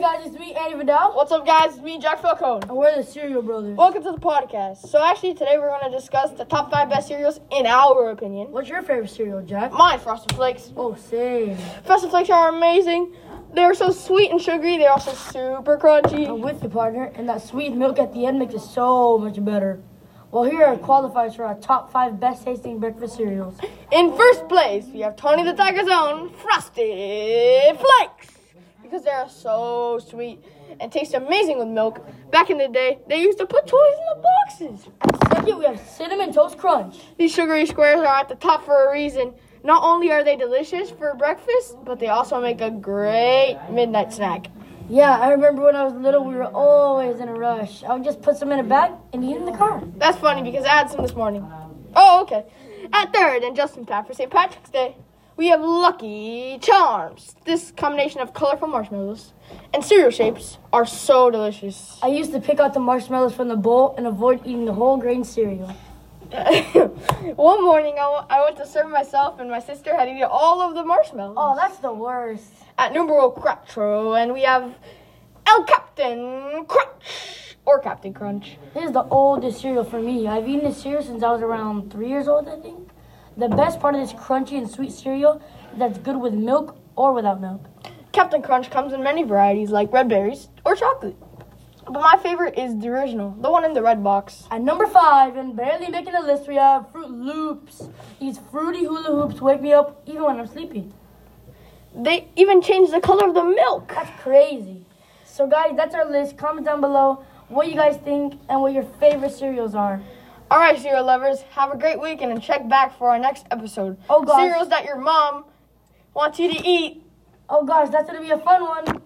guys? It's me, Andy Vidal. What's up, guys? It's me, Jack Falcone. And we're the Cereal Brothers. Welcome to the podcast. So, actually, today we're going to discuss the top five best cereals in our opinion. What's your favorite cereal, Jack? Mine, Frosted Flakes. Oh, same. Frosted Flakes are amazing. They're so sweet and sugary. They're also super I'm crunchy. with you, partner. And that sweet milk at the end makes it so much better. Well, here are qualifiers for our top five best tasting breakfast cereals. In first place, we have Tony the Tiger's own Frosted Flakes because they are so sweet and taste amazing with milk. Back in the day, they used to put toys in the boxes. Second, we have Cinnamon Toast Crunch. These sugary squares are at the top for a reason. Not only are they delicious for breakfast, but they also make a great midnight snack. Yeah, I remember when I was little, we were always in a rush. I would just put some in a bag and eat in the car. That's funny because I had some this morning. Oh, okay. At third, and just in time for St. Patrick's Day, we have Lucky Charms. This combination of colorful marshmallows and cereal shapes are so delicious. I used to pick out the marshmallows from the bowl and avoid eating the whole grain cereal. One morning, I wa- I went to serve myself, and my sister had eaten all of the marshmallows. Oh, that's the worst. at numero quattro, and we have El Captain Crunch or Captain Crunch. This is the oldest cereal for me. I've eaten this cereal since I was around three years old, I think. The best part of this crunchy and sweet cereal is that it's good with milk or without milk. Captain Crunch comes in many varieties like red berries or chocolate. But my favorite is the original, the one in the red box. At number five, and barely making the list, we have Fruit Loops. These fruity hula hoops wake me up even when I'm sleepy. They even change the color of the milk. That's crazy. So, guys, that's our list. Comment down below what you guys think and what your favorite cereals are. All right, cereal lovers, have a great weekend and check back for our next episode. Oh, gosh. Cereals that your mom wants you to eat. Oh, gosh, that's going to be a fun one.